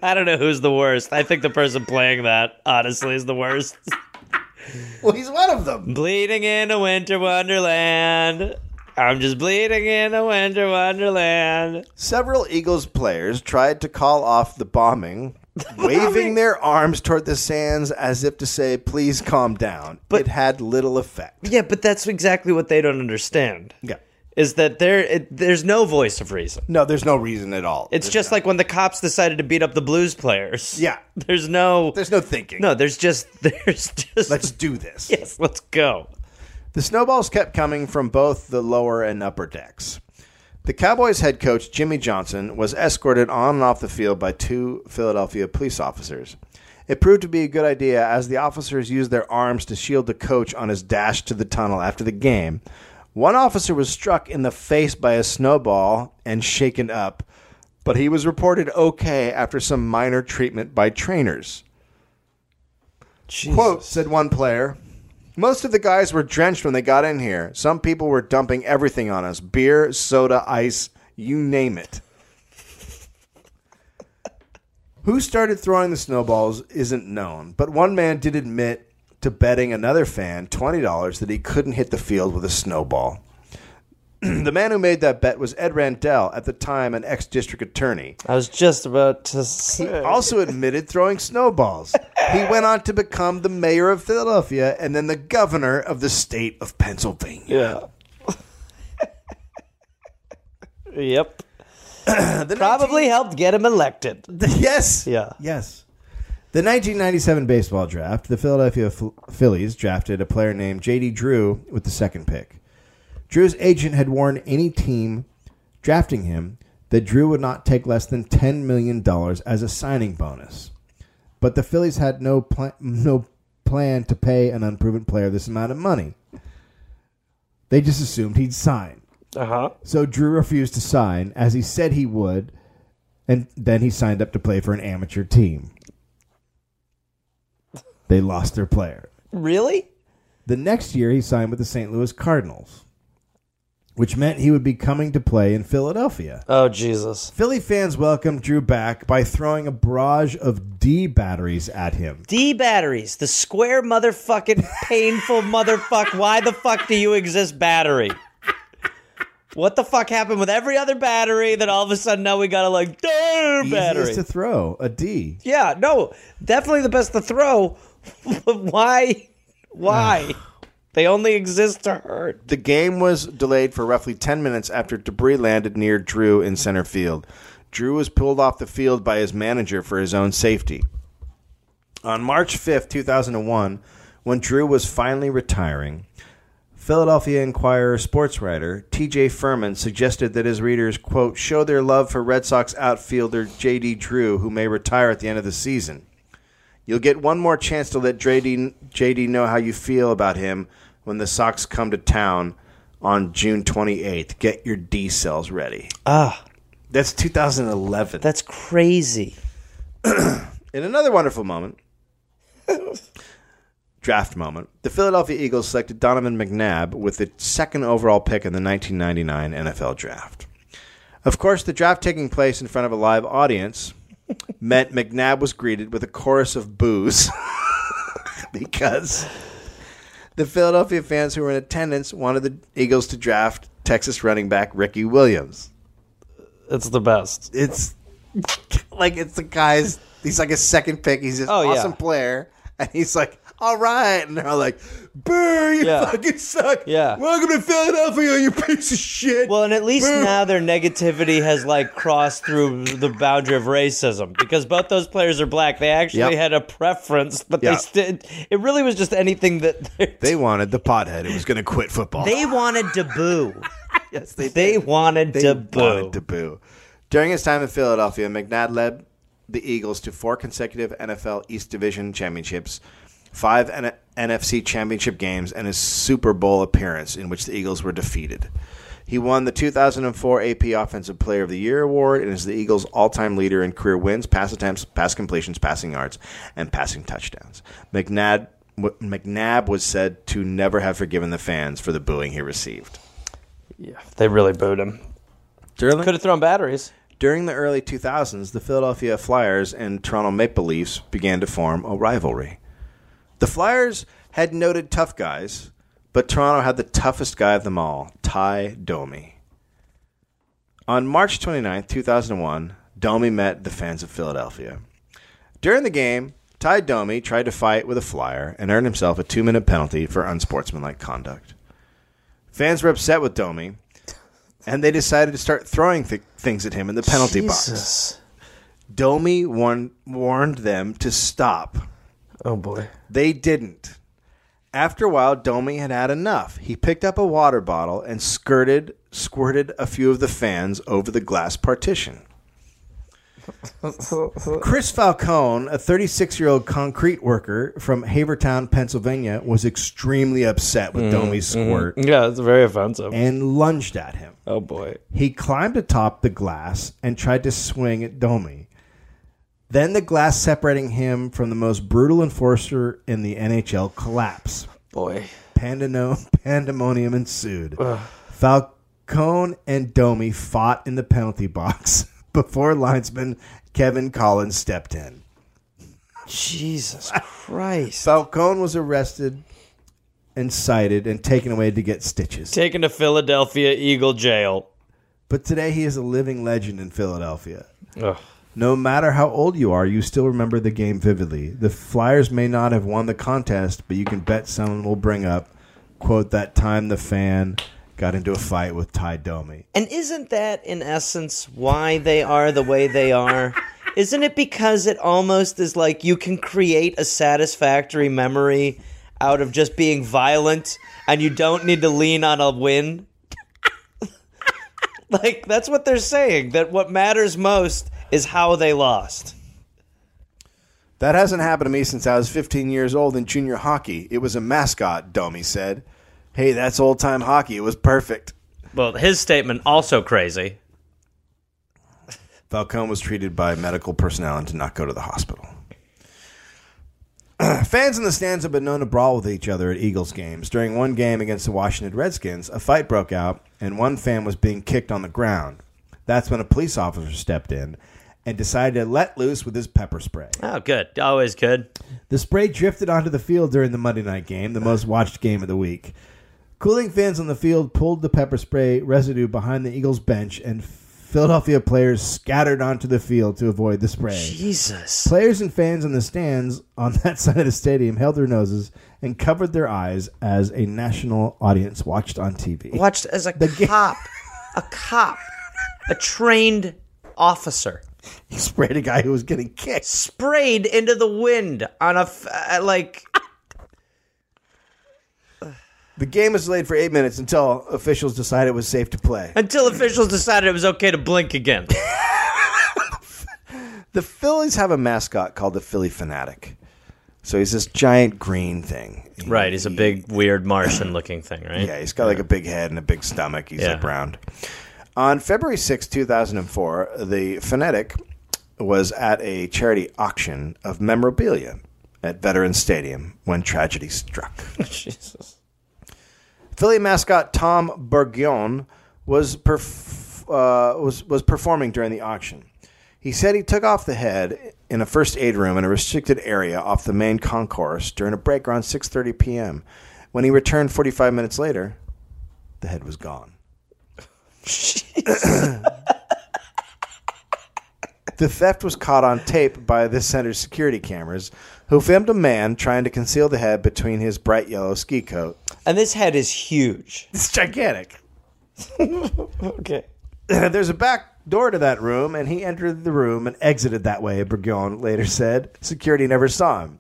I don't know who's the worst. I think the person playing that, honestly, is the worst. Well, he's one of them. bleeding in a winter wonderland. I'm just bleeding in a winter wonderland. Several Eagles players tried to call off the bombing, waving their arms toward the sands as if to say, please calm down. But it had little effect. Yeah, but that's exactly what they don't understand. Yeah. Is that there? It, there's no voice of reason. No, there's no reason at all. It's just like when the cops decided to beat up the blues players. Yeah. There's no. There's no thinking. no. There's just. There's just. Let's do this. yes. Let's go. The snowballs kept coming from both the lower and upper decks. The Cowboys head coach, Jimmy Johnson, was escorted on and off the field by two Philadelphia police officers. It proved to be a good idea as the officers used their arms to shield the coach on his dash to the tunnel after the game. One officer was struck in the face by a snowball and shaken up, but he was reported okay after some minor treatment by trainers. Quote, said one player. Most of the guys were drenched when they got in here. Some people were dumping everything on us beer, soda, ice, you name it. Who started throwing the snowballs isn't known, but one man did admit to betting another fan $20 that he couldn't hit the field with a snowball. the man who made that bet was Ed Randell, at the time an ex district attorney I was just about to. Say. also admitted throwing snowballs. He went on to become the mayor of Philadelphia and then the governor of the state of Pennsylvania. Yeah. yep. The Probably helped get him elected. 19 yes. Yeah. Yes. The 1997 baseball draft, the Philadelphia Ph- Phillies drafted a player named J.D. Drew with the second pick. Drew's agent had warned any team drafting him that Drew would not take less than $10 million as a signing bonus. But the Phillies had no, pl- no plan to pay an unproven player this amount of money. They just assumed he'd sign. Uh huh. So Drew refused to sign, as he said he would, and then he signed up to play for an amateur team. They lost their player. Really? The next year, he signed with the St. Louis Cardinals, which meant he would be coming to play in Philadelphia. Oh Jesus. Philly fans welcomed Drew back by throwing a barrage of D batteries at him. D batteries, the square motherfucking painful motherfuck. Why the fuck do you exist, battery? What the fuck happened with every other battery that all of a sudden now we gotta like damn battery? Easiest to throw a D. yeah, no, definitely the best to throw. But why? Why? they only exist to hurt. The game was delayed for roughly 10 minutes after debris landed near Drew in center field. Drew was pulled off the field by his manager for his own safety. On March 5th, 2001, when Drew was finally retiring, Philadelphia Inquirer sports writer T.J. Furman suggested that his readers, quote, show their love for Red Sox outfielder J.D. Drew, who may retire at the end of the season. You'll get one more chance to let JD, JD know how you feel about him when the Sox come to town on June 28th. Get your D cells ready. Ah. That's 2011. That's crazy. In another wonderful moment, draft moment, the Philadelphia Eagles selected Donovan McNabb with the second overall pick in the 1999 NFL draft. Of course, the draft taking place in front of a live audience meant McNabb was greeted with a chorus of boos because the Philadelphia fans who were in attendance wanted the Eagles to draft Texas running back Ricky Williams. It's the best. It's like it's the guy's. He's like a second pick. He's this Oh, yeah. awesome player, and he's like, "All right," and they're all like, "Boo! You Yeah. fucking suck! Yeah. welcome to Philadelphia, you piece of shit." Well, and at least now their negativity has like crossed through the boundary of racism because both those players are black. They actually Yep. had a preference, but Yeah. they still. It really was just anything that they, they wanted the pothead. It was going to quit football. wanted to boo. yes, they They wanted They to boo. wanted to boo. During his time in Philadelphia, McNabb led the Eagles to four consecutive NFL East Division championships, five N- NFC championship games, and his Super Bowl appearance in which the Eagles were defeated. He won the 2004 AP Offensive Player of the Year award and is the Eagles' all-time leader in career wins, pass attempts, pass completions, passing yards, and passing touchdowns. McNabb, McNabb was said to never have forgiven the fans for the booing he received. Yeah, they really booed him. Could have thrown batteries. During the early 2000s, the Philadelphia Flyers and Toronto Maple Leafs began to form a rivalry. The Flyers had noted tough guys, but Toronto had the toughest guy of them all, Ty Domi. On March 29, 2001, Domi met the fans of Philadelphia. During the game, Ty Domi tried to fight with a Flyer and earned himself a two minute penalty for unsportsmanlike conduct. Fans were upset with Domi, and they decided to start throwing th- things at him in the penalty box. Jesus. Domi warn- warned them to stop. Oh boy. They didn't. After a while, Domi had had enough. He picked up a water bottle and skirted, squirted a few of the fans over the glass partition. Chris Falcone, a 36 year old concrete worker from Havertown, Pennsylvania, was extremely upset Mm, with Domi's mm-hmm. squirt Yeah, it's very offensive. and lunged at him. oh boy. He climbed atop the glass and tried to swing at Domi. Then the glass separating him from the most brutal enforcer in the NHL collapsed. Boy. Pandano- pandemonium ensued. Falcone and Domi fought in the penalty box before linesman Kevin Collins stepped in. Jesus Christ. Falcone was arrested and cited and taken away to get stitches. Taken to Philadelphia Eagle Jail. But today he is a living legend in Philadelphia. Ugh. No matter how old you are, you still remember the game vividly. The Flyers may not have won the contest, but you can bet someone will bring up, quote, that time the fan got into a fight with Ty Domi. And isn't that, in essence, why they are the way they are? Isn't it because it almost is like you can create a satisfactory memory out of just being violent and you don't need to lean on a win? like, that's what they're saying, that what matters most is how they lost. That hasn't happened to me since I was 15 years old in junior hockey. It was a mascot, Domi said. Hey, that's old time hockey. It was perfect. Well, his statement also crazy. Falcone was treated by medical personnel and did not go to the hospital. Fans in the stands have been known to brawl with each other at Eagles games. During one game against the Washington Redskins, a fight broke out and one fan was being kicked on the ground. That's when a police officer stepped in and decided to let loose with his pepper spray. Oh, good. Always good. The spray drifted onto the field during the Monday night game, the most watched game of the week. Cooling fans on the field pulled the pepper spray residue behind the Eagles bench, and Philadelphia players scattered onto the field to avoid the spray. Jesus. Players and fans in the stands on that side of the stadium held their noses and covered their eyes as a national audience watched on TV. watched as a cop, a cop, a trained officer He sprayed a guy who was getting kicked. sprayed into the wind on a f- uh, like The game was delayed for eight minutes until officials decided it was safe to play. until officials decided it was okay to blink again. The Phillies have a mascot called the Philly Fanatic. So he's this giant green thing. He- right, he's a big weird Martian looking thing, right? Yeah, he's got like a big head and a big stomach. He's like Yeah. round. On February sixth, two 2004, the Fanatic was at a charity auction of memorabilia at Veterans Stadium when tragedy struck. Jesus. Philly mascot Tom Bergion was perf- uh, was was performing during the auction. He said he took off the head in a first aid room in a restricted area off the main concourse during a break around 6:30 p.m. When he returned 45 minutes later, the head was gone. The theft was caught on tape by the center's security cameras, who filmed a man trying to conceal the head between his bright yellow ski coat. And this head is huge. It's gigantic. Okay. There's a back door to that room, and he entered the room and exited that way, Burgon later said. Security never saw him.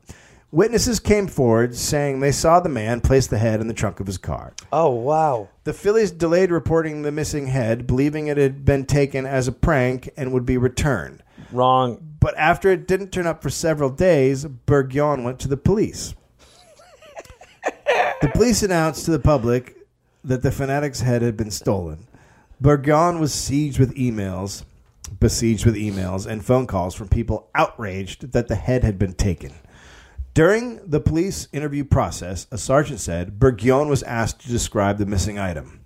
Witnesses came forward saying they saw the man place the head in the trunk of his car. Oh wow. The Phillies delayed reporting the missing head, believing it had been taken as a prank and would be returned. Wrong. But after it didn't turn up for several days, Burgion went to the police. the police announced to the public that the fanatic's head had been stolen. Burgon was sieged with emails, besieged with emails and phone calls from people outraged that the head had been taken. During the police interview process, a sergeant said Burgion was asked to describe the missing item.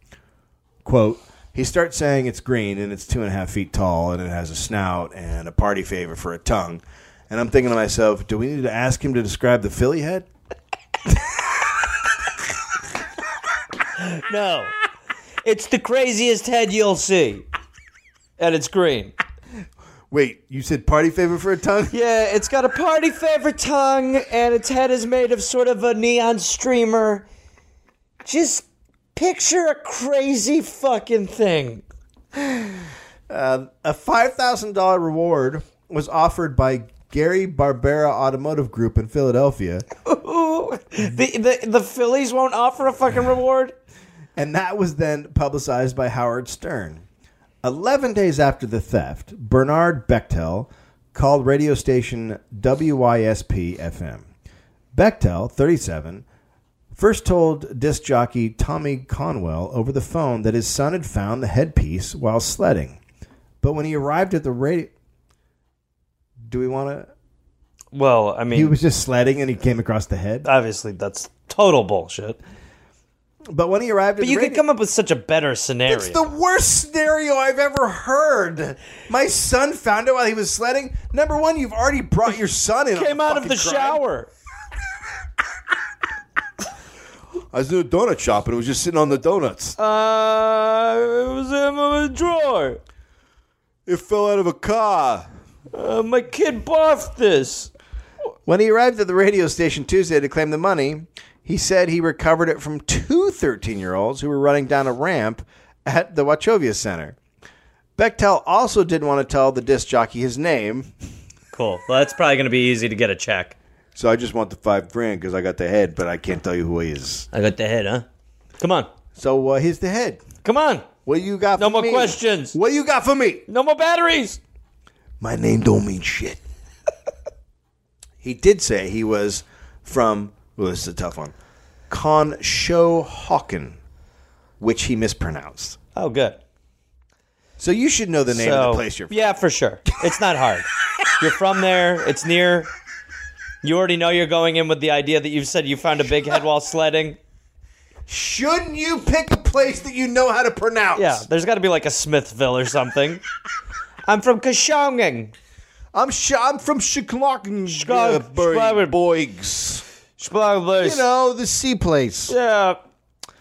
Quote, he starts saying it's green and it's two and a half feet tall and it has a snout and a party favor for a tongue. And I'm thinking to myself, do we need to ask him to describe the Philly head? No. It's the craziest head you'll see. And it's green. Wait, you said party favor for a tongue? Yeah, it's got a party favor tongue, and its head is made of sort of a neon streamer. Just picture a crazy fucking thing. A $5,000 reward was offered by Gary Barbera Automotive Group in Philadelphia, Ooh, the, the the Phillies won't offer a fucking reward. and that was then publicized by Howard Stern. 11 days after the theft, Bernard Bechtel called radio station WYSP FM. Bechtel, 37, first told disc jockey Tommy Conwell over the phone that his son had found the headpiece while sledding. But when he arrived at the radio. Do we want to. Well, I mean, He was just sledding and he came across the head. obviously that's total bullshit. But when he arrived at But the you could radio- come up with such a better scenario. It's the worst scenario I've ever heard. My son found out while he was sledding. Number one, you've already brought your son in. on Came out of fucking the crime. shower. I was in a donut shop and it was just sitting on the donuts. Uh, it was in my drawer. It fell out of a car. Uh, my kid barfed this. When he arrived at the radio station Tuesday to claim the money, he said he recovered it from two 13 year olds who were running down a ramp at the Wachovia Center. Bechtel also didn't want to tell the disc jockey his name. Cool. Well, that's probably going to be easy to get a check. So I just want the five grand because I got the head, but I can't tell you who he is. I got the head, huh? Come on. So uh, here's the head. Come on. What you got? No for more me? questions. What you got for me? No more batteries. My name don't mean shit. he did say he was from. Well, this is a tough one. Conshohocken, which he mispronounced. Oh, good. So you should know the name of So, the place you're. from. yeah, for sure. It's not hard. you're from there. It's near. You already know you're going in with the idea that you've said you found a big head while sledding. Shouldn't you pick a place that you know how to pronounce? Yeah, there's got to be like a Smithville or something. I'm from Kashonging. I'm sh- I'm from Shiklocken, Shkog- Shkog- Boigs. You know the sea place. Yeah.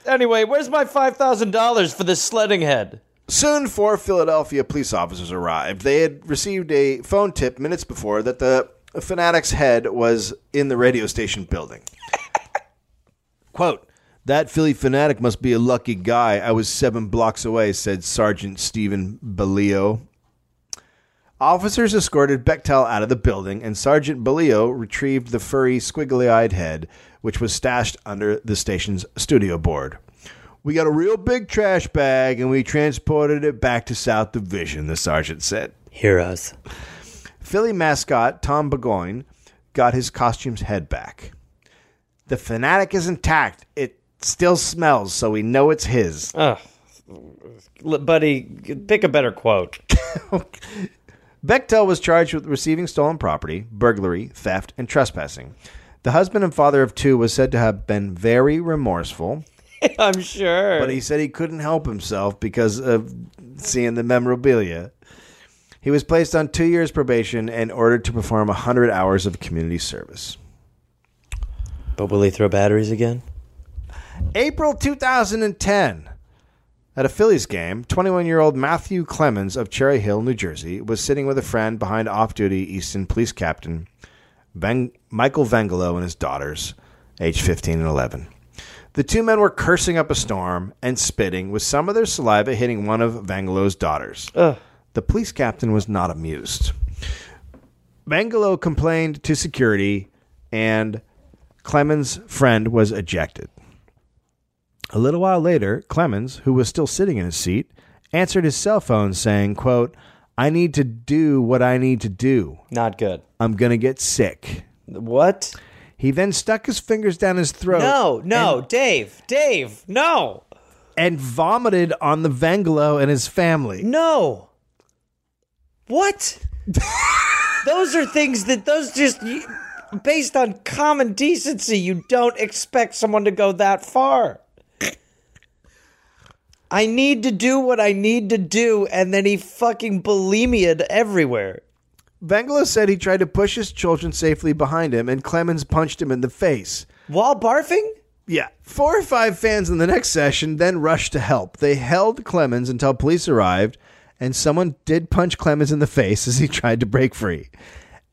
Anyway, where's my five thousand dollars for this sledding head? Soon, four Philadelphia police officers arrived. They had received a phone tip minutes before that the fanatic's head was in the radio station building. Quote, that Philly fanatic must be a lucky guy. I was seven blocks away, said Sergeant Stephen Balio. Officers escorted Bechtel out of the building, and Sergeant Balio retrieved the furry, squiggly eyed head, which was stashed under the station's studio board. We got a real big trash bag and we transported it back to South Division, the sergeant said. Heroes. Philly mascot Tom Burgoyne got his costume's head back. The fanatic is intact. It still smells, so we know it's his. L- buddy, pick a better quote. Bechtel was charged with receiving stolen property, burglary, theft, and trespassing. The husband and father of two was said to have been very remorseful, I'm sure. but he said he couldn't help himself because of seeing the memorabilia. He was placed on two years probation and ordered to perform 100 hours of community service. but will he throw batteries again? April 2010, at a Phillies game, 21 year old Matthew Clemens of Cherry Hill, New Jersey, was sitting with a friend behind off duty Easton Police Captain Van- Michael Vangelo and his daughters, aged 15 and 11. The two men were cursing up a storm and spitting, with some of their saliva hitting one of Vangelo's daughters. The police captain was not amused. Vangelo complained to security, and Clemens' friend was ejected. A little while later, Clemens, who was still sitting in his seat, answered his cell phone saying, quote, I need to do what I need to do. Not good. I'm going to get sick. What? Oh, He then stuck his fingers down his throat No, no, Dave, Dave, no. and vomited on the Vangelo and his family. No. What? those are things that those just you- based on common decency, you don't expect someone to go that far. I need to do what I need to do, and then he fucking bulimia'd everywhere. Vangelo said he tried to push his children safely behind him, and Clemens punched him in the face. While barfing? Yeah. Four or five fans in the next session then rushed to help. They held Clemens until police arrived, and someone did punch Clemens in the face as he tried to break free.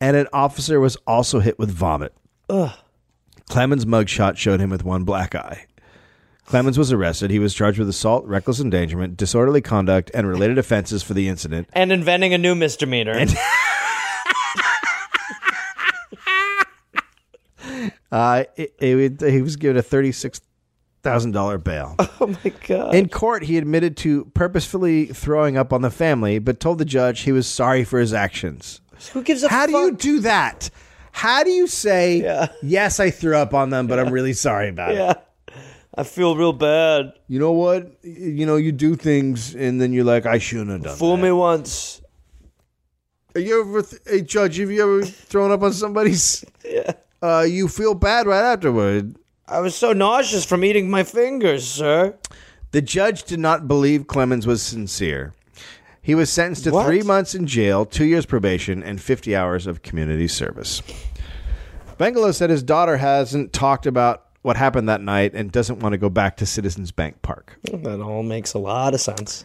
And an officer was also hit with vomit. Ugh. Clemens' mugshot showed him with one black eye. Clemens was arrested. He was charged with assault, reckless endangerment, disorderly conduct, and related offenses for the incident. And inventing a new misdemeanor. Uh, it, it, he was given a $36,000 bail. oh my god. In court, he admitted to purposefully throwing up on the family, but told the judge he was sorry for his actions. Who gives a How do fuck? you do that? How do you say, Yeah. yes, I threw up on them, but I'm really sorry about it? yeah. I feel real bad. You know what? You know, you do things and then you're like, I shouldn't have done Fool me once. Are you ever, th- hey, Judge, have you ever thrown up on somebody's? Uh, you feel bad right afterward. I was so nauseous from eating my fingers, sir. The judge did not believe Clemens was sincere. He was sentenced to What? three months in jail, two years probation, and 50 hours of community service. Bengalo said his daughter hasn't talked about what happened that night and doesn't want to go back to Citizens Bank Park. That all makes a lot of sense.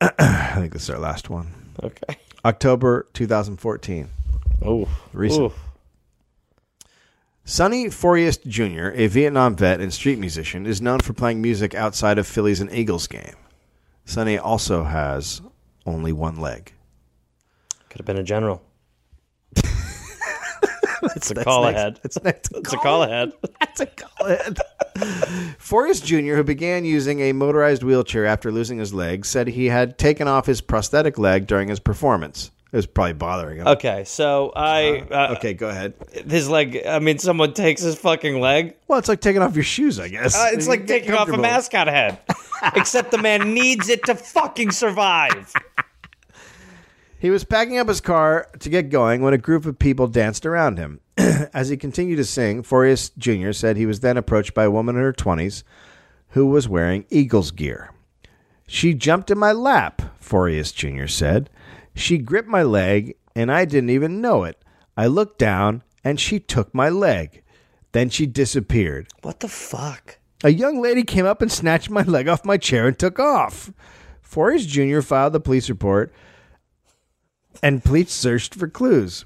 I think this is our last one. Okay. October 2014. Oh, Recent. Sonny Forrest Jr., a Vietnam vet and street musician, is known for playing music outside of Phillies and Eagles game. Sonny also has only one leg. Could have been a general. it's a call ahead. It's next. It's a call ahead. That's a call-in. Forrest Jr., who began using a motorized wheelchair after losing his leg, said he had taken off his prosthetic leg during his performance. It was probably bothering him. Okay, so I uh, Okay, go ahead. his leg. I mean, someone takes his fucking leg. Well, it's like taking off your shoes, I guess. Uh, it's You like get taking off a comfortable. mascot head, except the man needs it to fucking survive. He was packing up his car to get going when a group of people danced around him. As he continued to sing, Forrest Jr. said he was then approached by a woman in her 20s who was wearing Eagles gear. She jumped in my lap, Forrest Jr. said. She gripped my leg, and I didn't even know it. I looked down, and she took my leg. Then she disappeared. What the fuck? A young lady came up and snatched my leg off my chair and took off. Forrest Jr. filed the police report and police searched for clues.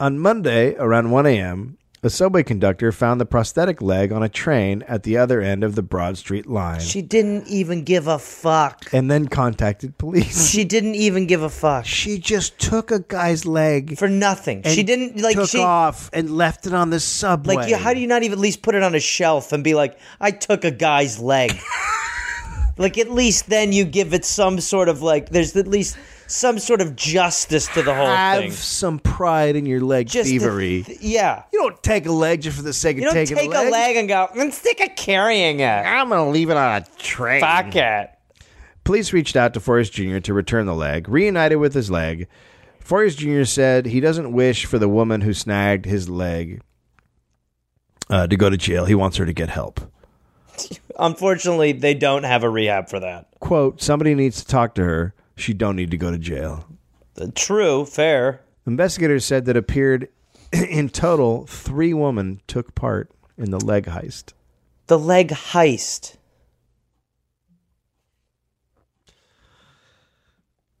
On Monday, around 1 a.m., a subway conductor found the prosthetic leg on a train at the other end of the Broad Street line She didn't even give a fuck. and then contacted police. She didn't even give a fuck She just took a guy's leg. for nothing. and she didn't like took she off and left it on the subway. Like, you, how do you not even at least put it on a shelf and be like, I took a guy's leg? like, at least then you give it some sort of like, there's at least some sort of justice to the whole have thing. some pride in your leg Just the- thievery? yeah. You don't take a leg just for the sake You of don't taking take a leg. and go, I'm sick of carrying it. I'm gonna leave it on a train. Fuck it. Police reached out to Forrest Jr. to return the leg, reunited with his leg. Forrest Jr. said he doesn't wish for the woman who snagged his leg uh, to go to jail. He wants her to get help. Unfortunately, they don't have a rehab for that. Quote, somebody needs to talk to her. She don't need to go to jail. Uh, True, fair. Investigators said that appeared in total three women took part in the leg heist. The leg heist.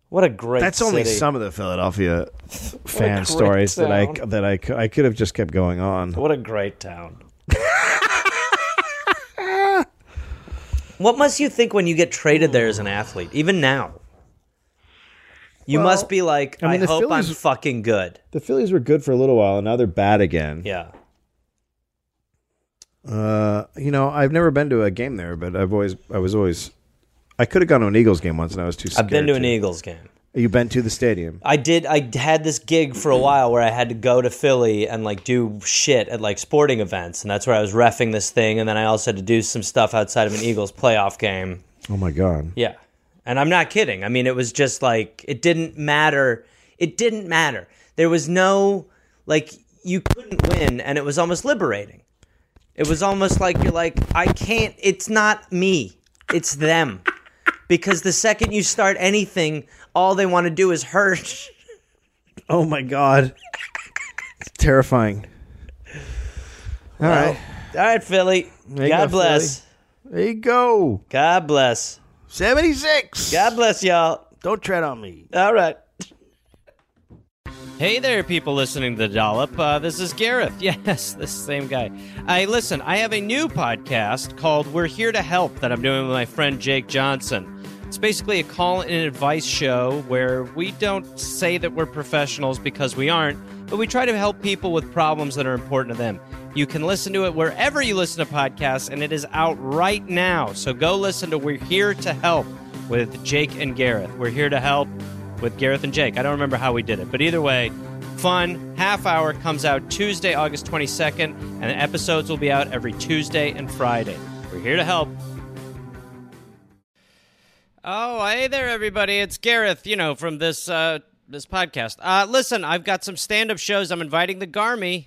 What a great That's only city. some of the Philadelphia fan great stories that I town. that I, cou- I could have just kept going on. What a great town. what must you think when you get traded there as an athlete, even now? You must be like, I I, mean, the hope I'm Phillies- fucking good. The Phillies were good for a little while, and now they're bad again. Yeah. Uh, you know, I've never been to a game there, but I've always, I was always, I could have gone to an Eagles game once, and I was too. Scared I've been to an E- Uh, Eagles. Eagles game. You bent to the stadium. I did. I had this gig for a while where I had to go to Philly and like do shit at like sporting events, and that's where I was refing this thing. And then I also had to do some stuff outside of an Eagles playoff game. Oh my god. Yeah, and I'm not kidding. I mean, it was just like it didn't matter. It didn't matter. There was no like you couldn't win, and it was almost liberating. It was almost like you're like I can't. It's not me. It's them. Because the second you start anything, all they want to do is hurt. Oh my god. it's terrifying. All right. All right, Philly. you God go, bless. There you go. God bless. 76. God bless y'all. Don't tread on me. All right. Hey there, people listening to the Dollop. Uh, this is Gareth. Yes, this same guy. I listen. I have a new podcast called "We're Here to Help" that I'm doing with my friend Jake Johnson. It's basically a call and advice show where we don't say that we're professionals because we aren't, but we try to help people with problems that are important to them. You can listen to it wherever you listen to podcasts, and it is out right now. So go listen to "We're Here to Help" with Jake and Gareth. We're here to help with Gareth and Jake. I don't remember how we did it, but either way, fun half hour comes out Tuesday, August 22nd, and the episodes will be out every Tuesday and Friday. We're here to help. Oh, hey there, everybody! It's Gareth, you know, from this uh, this podcast. Uh, listen, I've got some stand up shows. I'm inviting the Garmy,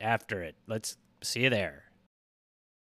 after it. Let's see you there.